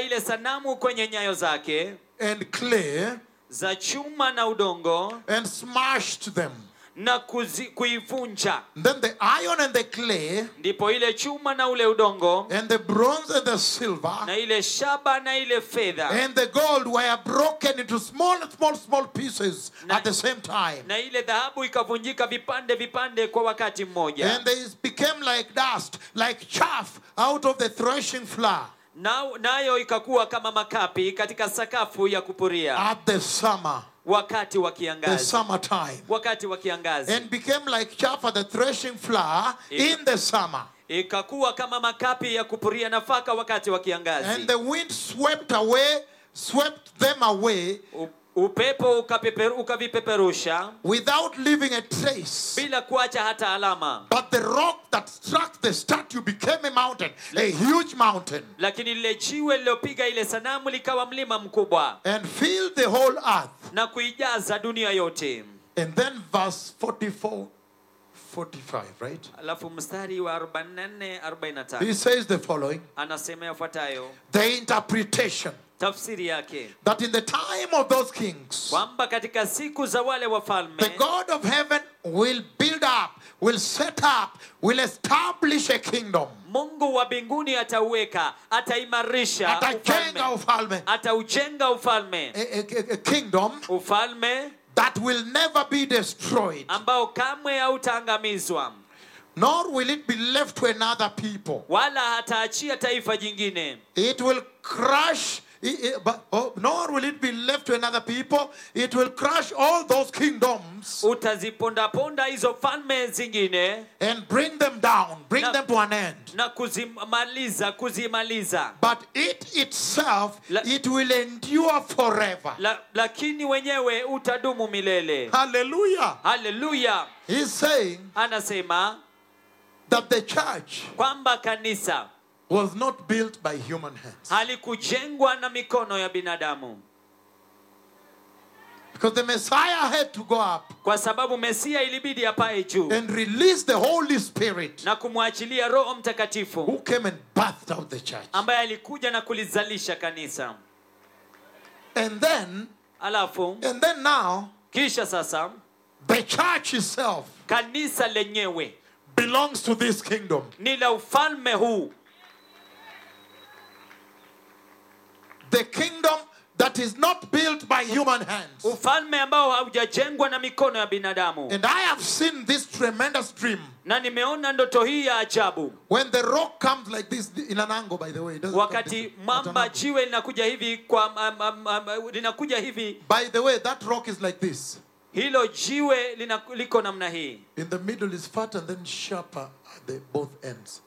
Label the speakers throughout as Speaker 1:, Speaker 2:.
Speaker 1: ile sanamu kwenye nyayo zake
Speaker 2: and clay
Speaker 1: za chuma na udongo
Speaker 2: and smashed them.
Speaker 1: na kuzi, kuivunja
Speaker 2: Then the iron and the clay
Speaker 1: ndipo ile chuma na ule udongo
Speaker 2: and the bronze and the silver
Speaker 1: na ile shaba na ile fedha
Speaker 2: and the gold were broken into small, small, small pieces
Speaker 1: Na-
Speaker 2: at the same time.
Speaker 1: na ile dhahabu ikavunjika vipande vipande kwa wakati mmoja
Speaker 2: And they became like dust, like chaff out of the threshing floor
Speaker 1: Na- nayo ikakuwa kama makapi katika sakafu ya kupuria
Speaker 2: at the summer,
Speaker 1: wakati wa
Speaker 2: the
Speaker 1: kiangazi
Speaker 2: summertime.
Speaker 1: wakati wa kiangazi
Speaker 2: And became like chaff at the threshing floor in the summer.
Speaker 1: ikakuwa kama makapi ya kupuria nafaka wakati wa
Speaker 2: And
Speaker 1: kiangazi
Speaker 2: the wind swept away, swept them away
Speaker 1: U- upepo ukapeperu- ukavipeperusha
Speaker 2: without leaving a trace.
Speaker 1: bila kuacha hata alama
Speaker 2: But the rock that struck the statue became a mountain, a huge mountain,
Speaker 1: lakini lile jiwe lilopiga ile sanamu likawa mlima mkubwa
Speaker 2: and filled the whole earth.
Speaker 1: na kuijaza dunia yote
Speaker 2: And then verse 44, 45, right?
Speaker 1: alafu mstari wa 44
Speaker 2: He
Speaker 1: 45
Speaker 2: says the following
Speaker 1: anasema yafuatayo
Speaker 2: The interpretation
Speaker 1: tafsiri yake
Speaker 2: that in the time of those kings,
Speaker 1: kwamba katika siku za wale
Speaker 2: the
Speaker 1: wafalme
Speaker 2: God of heaven will build up, will set up, will establish a kingdom.
Speaker 1: mungu wa mbinguni atauweka ataimarisha ufalme.
Speaker 2: Atajenga ufalme.
Speaker 1: ataujenga ufalme
Speaker 2: A, a- a kingdom
Speaker 1: ufalme
Speaker 2: that will never be destroyed,
Speaker 1: ambao kamwe hautaangamizwa
Speaker 2: nor will it be left to another people.
Speaker 1: wala hataachia taifa jingine
Speaker 2: It will crush, i- i- but, oh, nor will it be left to another people. It will crush all those kingdoms
Speaker 1: utazipondaponda hizo falme zingine
Speaker 2: and bring them down, bring
Speaker 1: No.
Speaker 2: them to an end.
Speaker 1: na kuzimaliza kuzimaliza
Speaker 2: But it itself,
Speaker 1: La-
Speaker 2: it will endure forever.
Speaker 1: La, lakini wenyewe utadumu milele
Speaker 2: Hallelujah.
Speaker 1: haleluya
Speaker 2: He's saying
Speaker 1: anasema
Speaker 2: that the church
Speaker 1: kwamba kanisa
Speaker 2: was not built by human hands
Speaker 1: halikujengwa na mikono ya binadamu
Speaker 2: because the Messiah had to go up
Speaker 1: kwa sababu mesia ilibidi apae juu
Speaker 2: and release the Holy Spirit
Speaker 1: na kumwachilia roho mtakatifu
Speaker 2: who came and bathed out the church.
Speaker 1: ambaye alikuja na kulizalisha kanisa
Speaker 2: And then,
Speaker 1: alafu
Speaker 2: and then now,
Speaker 1: kisha sasa
Speaker 2: the church itself
Speaker 1: kanisa lenyewe
Speaker 2: belongs to this kingdom.
Speaker 1: ni la ufalme huu
Speaker 2: The kingdom that is not built by human hands.
Speaker 1: ufalme ambao haujajengwa na mikono ya binadamu
Speaker 2: And I have seen this tremendous dream.
Speaker 1: na nimeona ndoto hii ya ajabu
Speaker 2: When the rock comes like this, in an angle, by the way. it doesn't come
Speaker 1: wakati
Speaker 2: this- at an
Speaker 1: mwamba
Speaker 2: angle.
Speaker 1: jiwe linakuja hivi kwa um, um, um, linakuja hivi
Speaker 2: By the way, that rock is like this.
Speaker 1: hilo jiwe lina, liko namna hii
Speaker 2: In the middle is fat and then sharper at the both ends.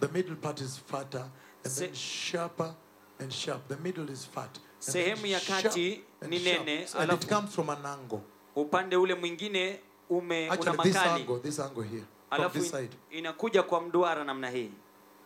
Speaker 2: The middle part is fatter and
Speaker 1: Se-
Speaker 2: then sharper and sharp. The middle is fat. and then
Speaker 1: Sehemu ya
Speaker 2: sharp
Speaker 1: kati
Speaker 2: and
Speaker 1: ni
Speaker 2: sharp.
Speaker 1: nene,
Speaker 2: And
Speaker 1: alafu-
Speaker 2: it comes from an angle.
Speaker 1: upande ule mwingine ume una
Speaker 2: Actually, this
Speaker 1: makali
Speaker 2: angle, this angle here. From
Speaker 1: alafu
Speaker 2: this
Speaker 1: in,
Speaker 2: side.
Speaker 1: inakuja kwa mduara namna hii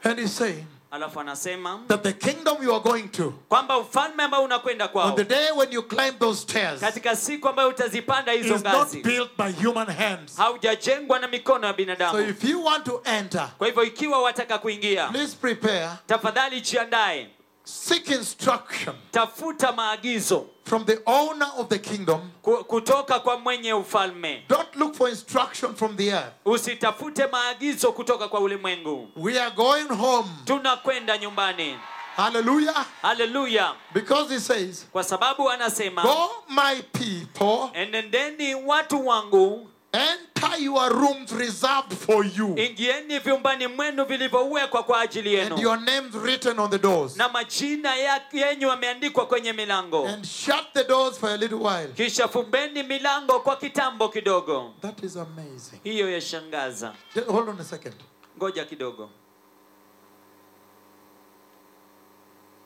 Speaker 2: And he's saying
Speaker 1: alafu anasema
Speaker 2: that the kingdom you are going to,
Speaker 1: kwamba ufalme ambao unakwenda
Speaker 2: on
Speaker 1: kwao
Speaker 2: the day when you climb those stairs,
Speaker 1: katika siku ambayo utazipanda hizo
Speaker 2: is not
Speaker 1: ngazi
Speaker 2: built by human hands.
Speaker 1: haujajengwa na mikono ya
Speaker 2: So
Speaker 1: binadamu
Speaker 2: if you want to enter,
Speaker 1: kwa hivyo ikiwa wataka kuingia
Speaker 2: please prepare,
Speaker 1: tafadhali jiandae
Speaker 2: seek instruction
Speaker 1: tafuta maagizo
Speaker 2: from the owner of the kingdom.
Speaker 1: ku- kutoka kwa mwenye ufalme
Speaker 2: Don't look for instruction from the earth.
Speaker 1: usitafute maagizo kutoka kwa ulimwengu
Speaker 2: We are going home.
Speaker 1: tunakwenda nyumbani
Speaker 2: Hallelujah.
Speaker 1: haleluya
Speaker 2: Because he says,
Speaker 1: kwa sababu anasema
Speaker 2: Go, my people,
Speaker 1: enendeni watu wangu
Speaker 2: enter your rooms reserved for you,
Speaker 1: ingieni vyumbani mwenu vilivyowekwa kwa ajili
Speaker 2: and
Speaker 1: yenu
Speaker 2: your names written on the doors.
Speaker 1: na majina ya- yenyu yameandikwa kwenye milango
Speaker 2: And shut the doors for a little while.
Speaker 1: kisha fumbeni milango kwa kitambo kidogo
Speaker 2: That is amazing.
Speaker 1: hiyo yashangaza
Speaker 2: Just hold on a second.
Speaker 1: ngoja kidogo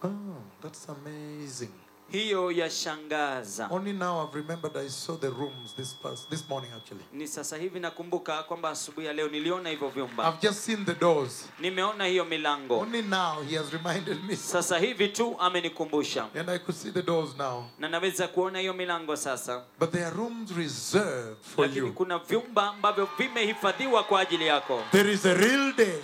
Speaker 2: Oh, that's amazing.
Speaker 1: hiyo yashangaza
Speaker 2: Only now I've remembered I saw the rooms this past this morning actually.
Speaker 1: ni sasa hivi nakumbuka kwamba asubuhi ya leo niliona hivyo vyumba
Speaker 2: I've just seen the doors.
Speaker 1: nimeona hiyo milango
Speaker 2: Only now he has reminded me.
Speaker 1: sasa hivi tu amenikumbusha
Speaker 2: And I could see the doors now.
Speaker 1: na naweza kuona hiyo milango sasa
Speaker 2: But there are rooms reserved for
Speaker 1: lakini
Speaker 2: you.
Speaker 1: kuna vyumba ambavyo vimehifadhiwa kwa ajili yako
Speaker 2: There is a real day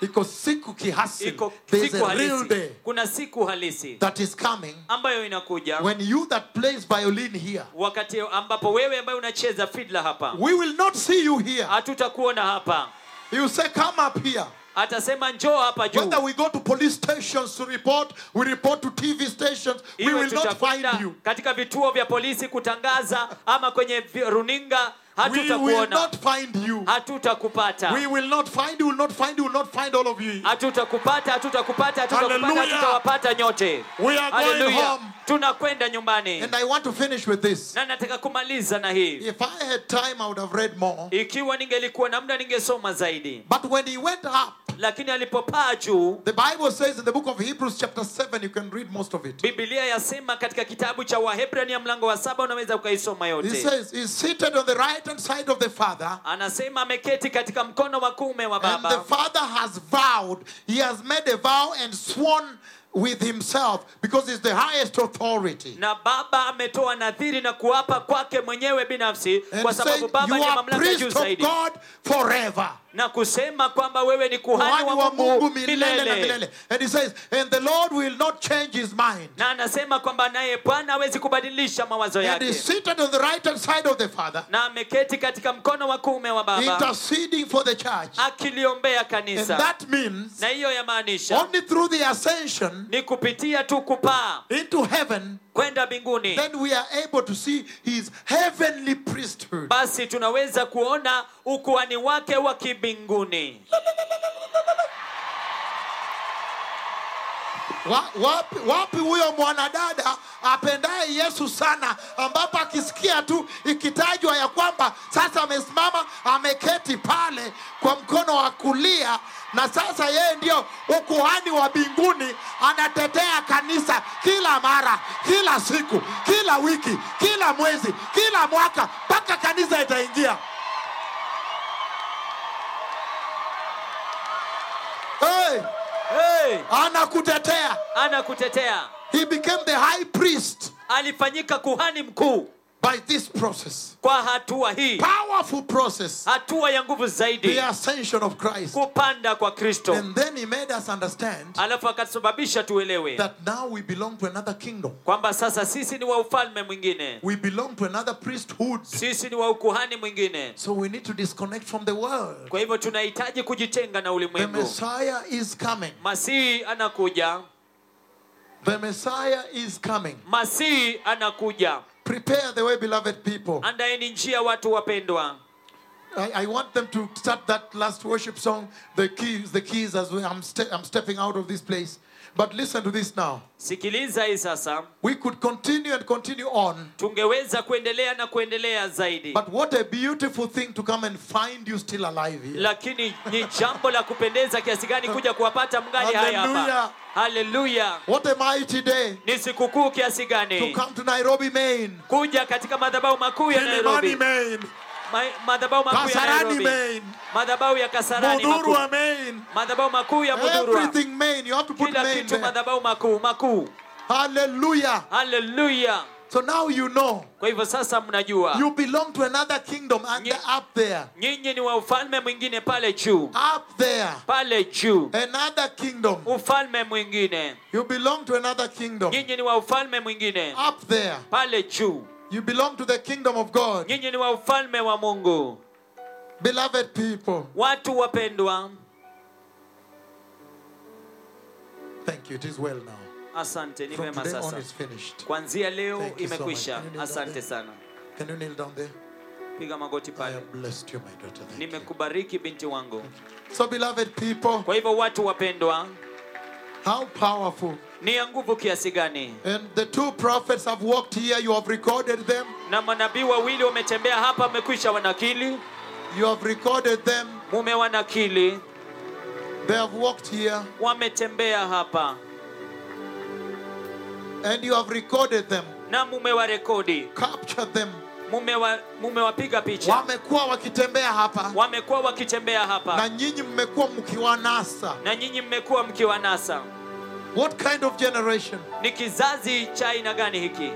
Speaker 2: iko siku kihasili
Speaker 1: iko
Speaker 2: there's
Speaker 1: siku
Speaker 2: a real
Speaker 1: halisi
Speaker 2: day
Speaker 1: kuna siku halisi
Speaker 2: that is coming
Speaker 1: ambayo inakuja
Speaker 2: when you that plays violin here
Speaker 1: wakati ambapo wewe ambaye unacheza fidla hapa
Speaker 2: we will not see you here
Speaker 1: hatutakuona hapa
Speaker 2: you say come up here
Speaker 1: atasema njoo hapa juu
Speaker 2: whether we go to police stations to report we report to tv stations we
Speaker 1: iwe
Speaker 2: will not find
Speaker 1: tutakwenda
Speaker 2: you
Speaker 1: katika vituo vya polisi kutangaza ama kwenye vi- runinga
Speaker 2: we will
Speaker 1: hatutakuona
Speaker 2: not find
Speaker 1: Ah.
Speaker 2: you we
Speaker 1: hatutakupata
Speaker 2: will not find you will not find you will not find all of you
Speaker 1: Ah. hatutakupata hatutakupata hatutakupata
Speaker 2: Hallelujah.
Speaker 1: hatutawapata nyote
Speaker 2: We are going
Speaker 1: Hallelujah.
Speaker 2: home.
Speaker 1: tunakwenda nyumbani
Speaker 2: and i want to finish with this
Speaker 1: na nataka kumaliza na hii
Speaker 2: if i had time i would have read more
Speaker 1: ikiwa ningelikuwa na muda ningesoma zaidi
Speaker 2: but when he went up
Speaker 1: lakini alipopaa juu
Speaker 2: The Bible says in the book of Hebrews, chapter 7, you can read most of it.
Speaker 1: biblia yasema katika kitabu cha wahebrania mlango wa saba unaweza ukaisoma
Speaker 2: He
Speaker 1: yote
Speaker 2: says, He's seated on the right hand side of the Father,
Speaker 1: anasema ameketi katika mkono wa kuume wa
Speaker 2: and the
Speaker 1: baba
Speaker 2: Father has vowed, He has made a vow and sworn with Himself because He's the highest authority.
Speaker 1: na baba ametoa nadhiri na kuapa kwake mwenyewe binafsi
Speaker 2: And
Speaker 1: kwa
Speaker 2: saying,
Speaker 1: sababu baba
Speaker 2: You
Speaker 1: ni
Speaker 2: are
Speaker 1: mamlaka
Speaker 2: priest
Speaker 1: juu
Speaker 2: of
Speaker 1: zaidi
Speaker 2: God forever.
Speaker 1: na kusema kwamba wewe ni kuhani
Speaker 2: Kuhani
Speaker 1: wa
Speaker 2: wa
Speaker 1: mungu
Speaker 2: Mungu milele na
Speaker 1: milele
Speaker 2: milele. And He says, And the Lord will not change His mind.
Speaker 1: na anasema kwamba naye bwana hawezi kubadilisha mawazo
Speaker 2: And
Speaker 1: yake
Speaker 2: He's seated on the right hand side of the Father,
Speaker 1: na ameketi katika mkono wa kuume wa baba
Speaker 2: interceding for the church.
Speaker 1: akiliombea
Speaker 2: And
Speaker 1: kanisa
Speaker 2: that means
Speaker 1: na hiyo yamaanisha
Speaker 2: only through the ascension
Speaker 1: ni kupitia tu kupaa
Speaker 2: into heaven
Speaker 1: kwenda mbinguni
Speaker 2: then we are able to see his heavenly priesthood.
Speaker 1: basi tunaweza kuona ukuhani wake wa kimbinguni
Speaker 2: Wa- Wapi, wapi huyo mwanadada apendaye Yesu sana, ambapo akisikia tu ikitajwa ya kwamba sasa amesimama ameketi pale kwa mkono wa kulia, na sasa yeye ndio ukuhani wa mbinguni, anatetea kanisa kila mara, kila siku, kila wiki, kila mwezi, kila mwaka, mpaka kanisa itaingia. Hey!
Speaker 1: hey!
Speaker 2: anakutetea
Speaker 1: anakutetea
Speaker 2: he became the high priest
Speaker 1: alifanyika kuhani mkuu
Speaker 2: by this process
Speaker 1: kwa hatua hii
Speaker 2: powerful process
Speaker 1: hatua ya nguvu zaidi
Speaker 2: the ascension of christ
Speaker 1: kupanda kwa kristo
Speaker 2: and then he made us understand
Speaker 1: alafu akasababisha tuelewe
Speaker 2: that now we belong to another kingdom
Speaker 1: kwamba sasa sisi ni wa ufalme mwingine
Speaker 2: we belong to another priesthood
Speaker 1: sisi ni wa ukuhani mwingine
Speaker 2: so we need to disconnect from the world
Speaker 1: kwa hivyo tunahitaji kujitenga na
Speaker 2: the
Speaker 1: ulimwengu
Speaker 2: messiah is coming
Speaker 1: masihi anakuja
Speaker 2: the messiah is coming
Speaker 1: masihi anakuja
Speaker 2: prepare the way beloved people
Speaker 1: andaeni njia watu wapendwa
Speaker 2: I, I want them to start that last worship song the keys the keys as we, I'm, ste- I'm stepping out of this place but listen to this now
Speaker 1: sikiliza hii sasa
Speaker 2: We could continue and continue on,
Speaker 1: tungeweza kuendelea na kuendelea zaidi
Speaker 2: but what a beautiful thing to come and find you still alive here.
Speaker 1: lakini ni jambo la kupendeza kiasi gani kuja kuwapata mgali haya hapa
Speaker 2: Hallelujah.
Speaker 1: haleluya
Speaker 2: What a mighty day
Speaker 1: ni sikukuu kiasi
Speaker 2: to
Speaker 1: gani
Speaker 2: come to Nairobi, Maine,
Speaker 1: kuja katika madhabahu makuu ya
Speaker 2: Kilimani,
Speaker 1: nairobi
Speaker 2: Maine,
Speaker 1: Ma- madhabahu makuu ya
Speaker 2: Kasarani,
Speaker 1: nairobi
Speaker 2: Maine,
Speaker 1: madhabahu ya kasarani makuu
Speaker 2: Mudhurwa, Maine,
Speaker 1: madhabahu makuu ya mudhurwa
Speaker 2: everything Maine. You have to put
Speaker 1: kila
Speaker 2: Maine
Speaker 1: kitu
Speaker 2: there.
Speaker 1: madhabahu makuu makuu
Speaker 2: Hallelujah.
Speaker 1: haleluya
Speaker 2: So now you know
Speaker 1: kwa hivyo sasa mnajua
Speaker 2: you belong to another kingdom and
Speaker 1: Nye-
Speaker 2: up there,
Speaker 1: nyinyi ni wa ufalme mwingine pale juu
Speaker 2: up there,
Speaker 1: pale juu
Speaker 2: another kingdom.
Speaker 1: ufalme mwingine
Speaker 2: You belong to another kingdom,
Speaker 1: nyinyi ni wa ufalme mwingine
Speaker 2: up there.
Speaker 1: pale juu
Speaker 2: You belong to the kingdom of God,
Speaker 1: nyinyi ni wa ufalme wa mungu
Speaker 2: beloved people.
Speaker 1: watu wapendwa
Speaker 2: Thank you. It is well now.
Speaker 1: asante ni
Speaker 2: From
Speaker 1: vema
Speaker 2: today on,
Speaker 1: sasa
Speaker 2: it's finished.
Speaker 1: kuanzia leo
Speaker 2: Thank you so
Speaker 1: imekwisha
Speaker 2: much.
Speaker 1: asante sana
Speaker 2: Can you kneel down there?
Speaker 1: piga magoti
Speaker 2: I
Speaker 1: pale
Speaker 2: have blessed you, my daughter. Thank you.
Speaker 1: nimekubariki binti wangu
Speaker 2: So, beloved people,
Speaker 1: kwa hivyo watu wapendwa
Speaker 2: how powerful.
Speaker 1: ni ya nguvu kiasi gani
Speaker 2: And the two prophets have walked here. You have recorded them.
Speaker 1: na manabii wawili wametembea hapa wamekwisha wanakili
Speaker 2: You have recorded them.
Speaker 1: mumewanakili
Speaker 2: They have walked here.
Speaker 1: wametembea hapa
Speaker 2: And you have recorded them.
Speaker 1: na mumewarekodi
Speaker 2: Captured them.
Speaker 1: mumewa- mumewapiga picha
Speaker 2: Wamekuwa wakitembea hapa.
Speaker 1: wamekuwa wakitembea
Speaker 2: Na
Speaker 1: hapa
Speaker 2: nyinyi mmekuwa mkiwanasa.
Speaker 1: na nyinyi mmekuwa mkiwanasa
Speaker 2: What kind of generation?
Speaker 1: ni kizazi cha aina gani hiki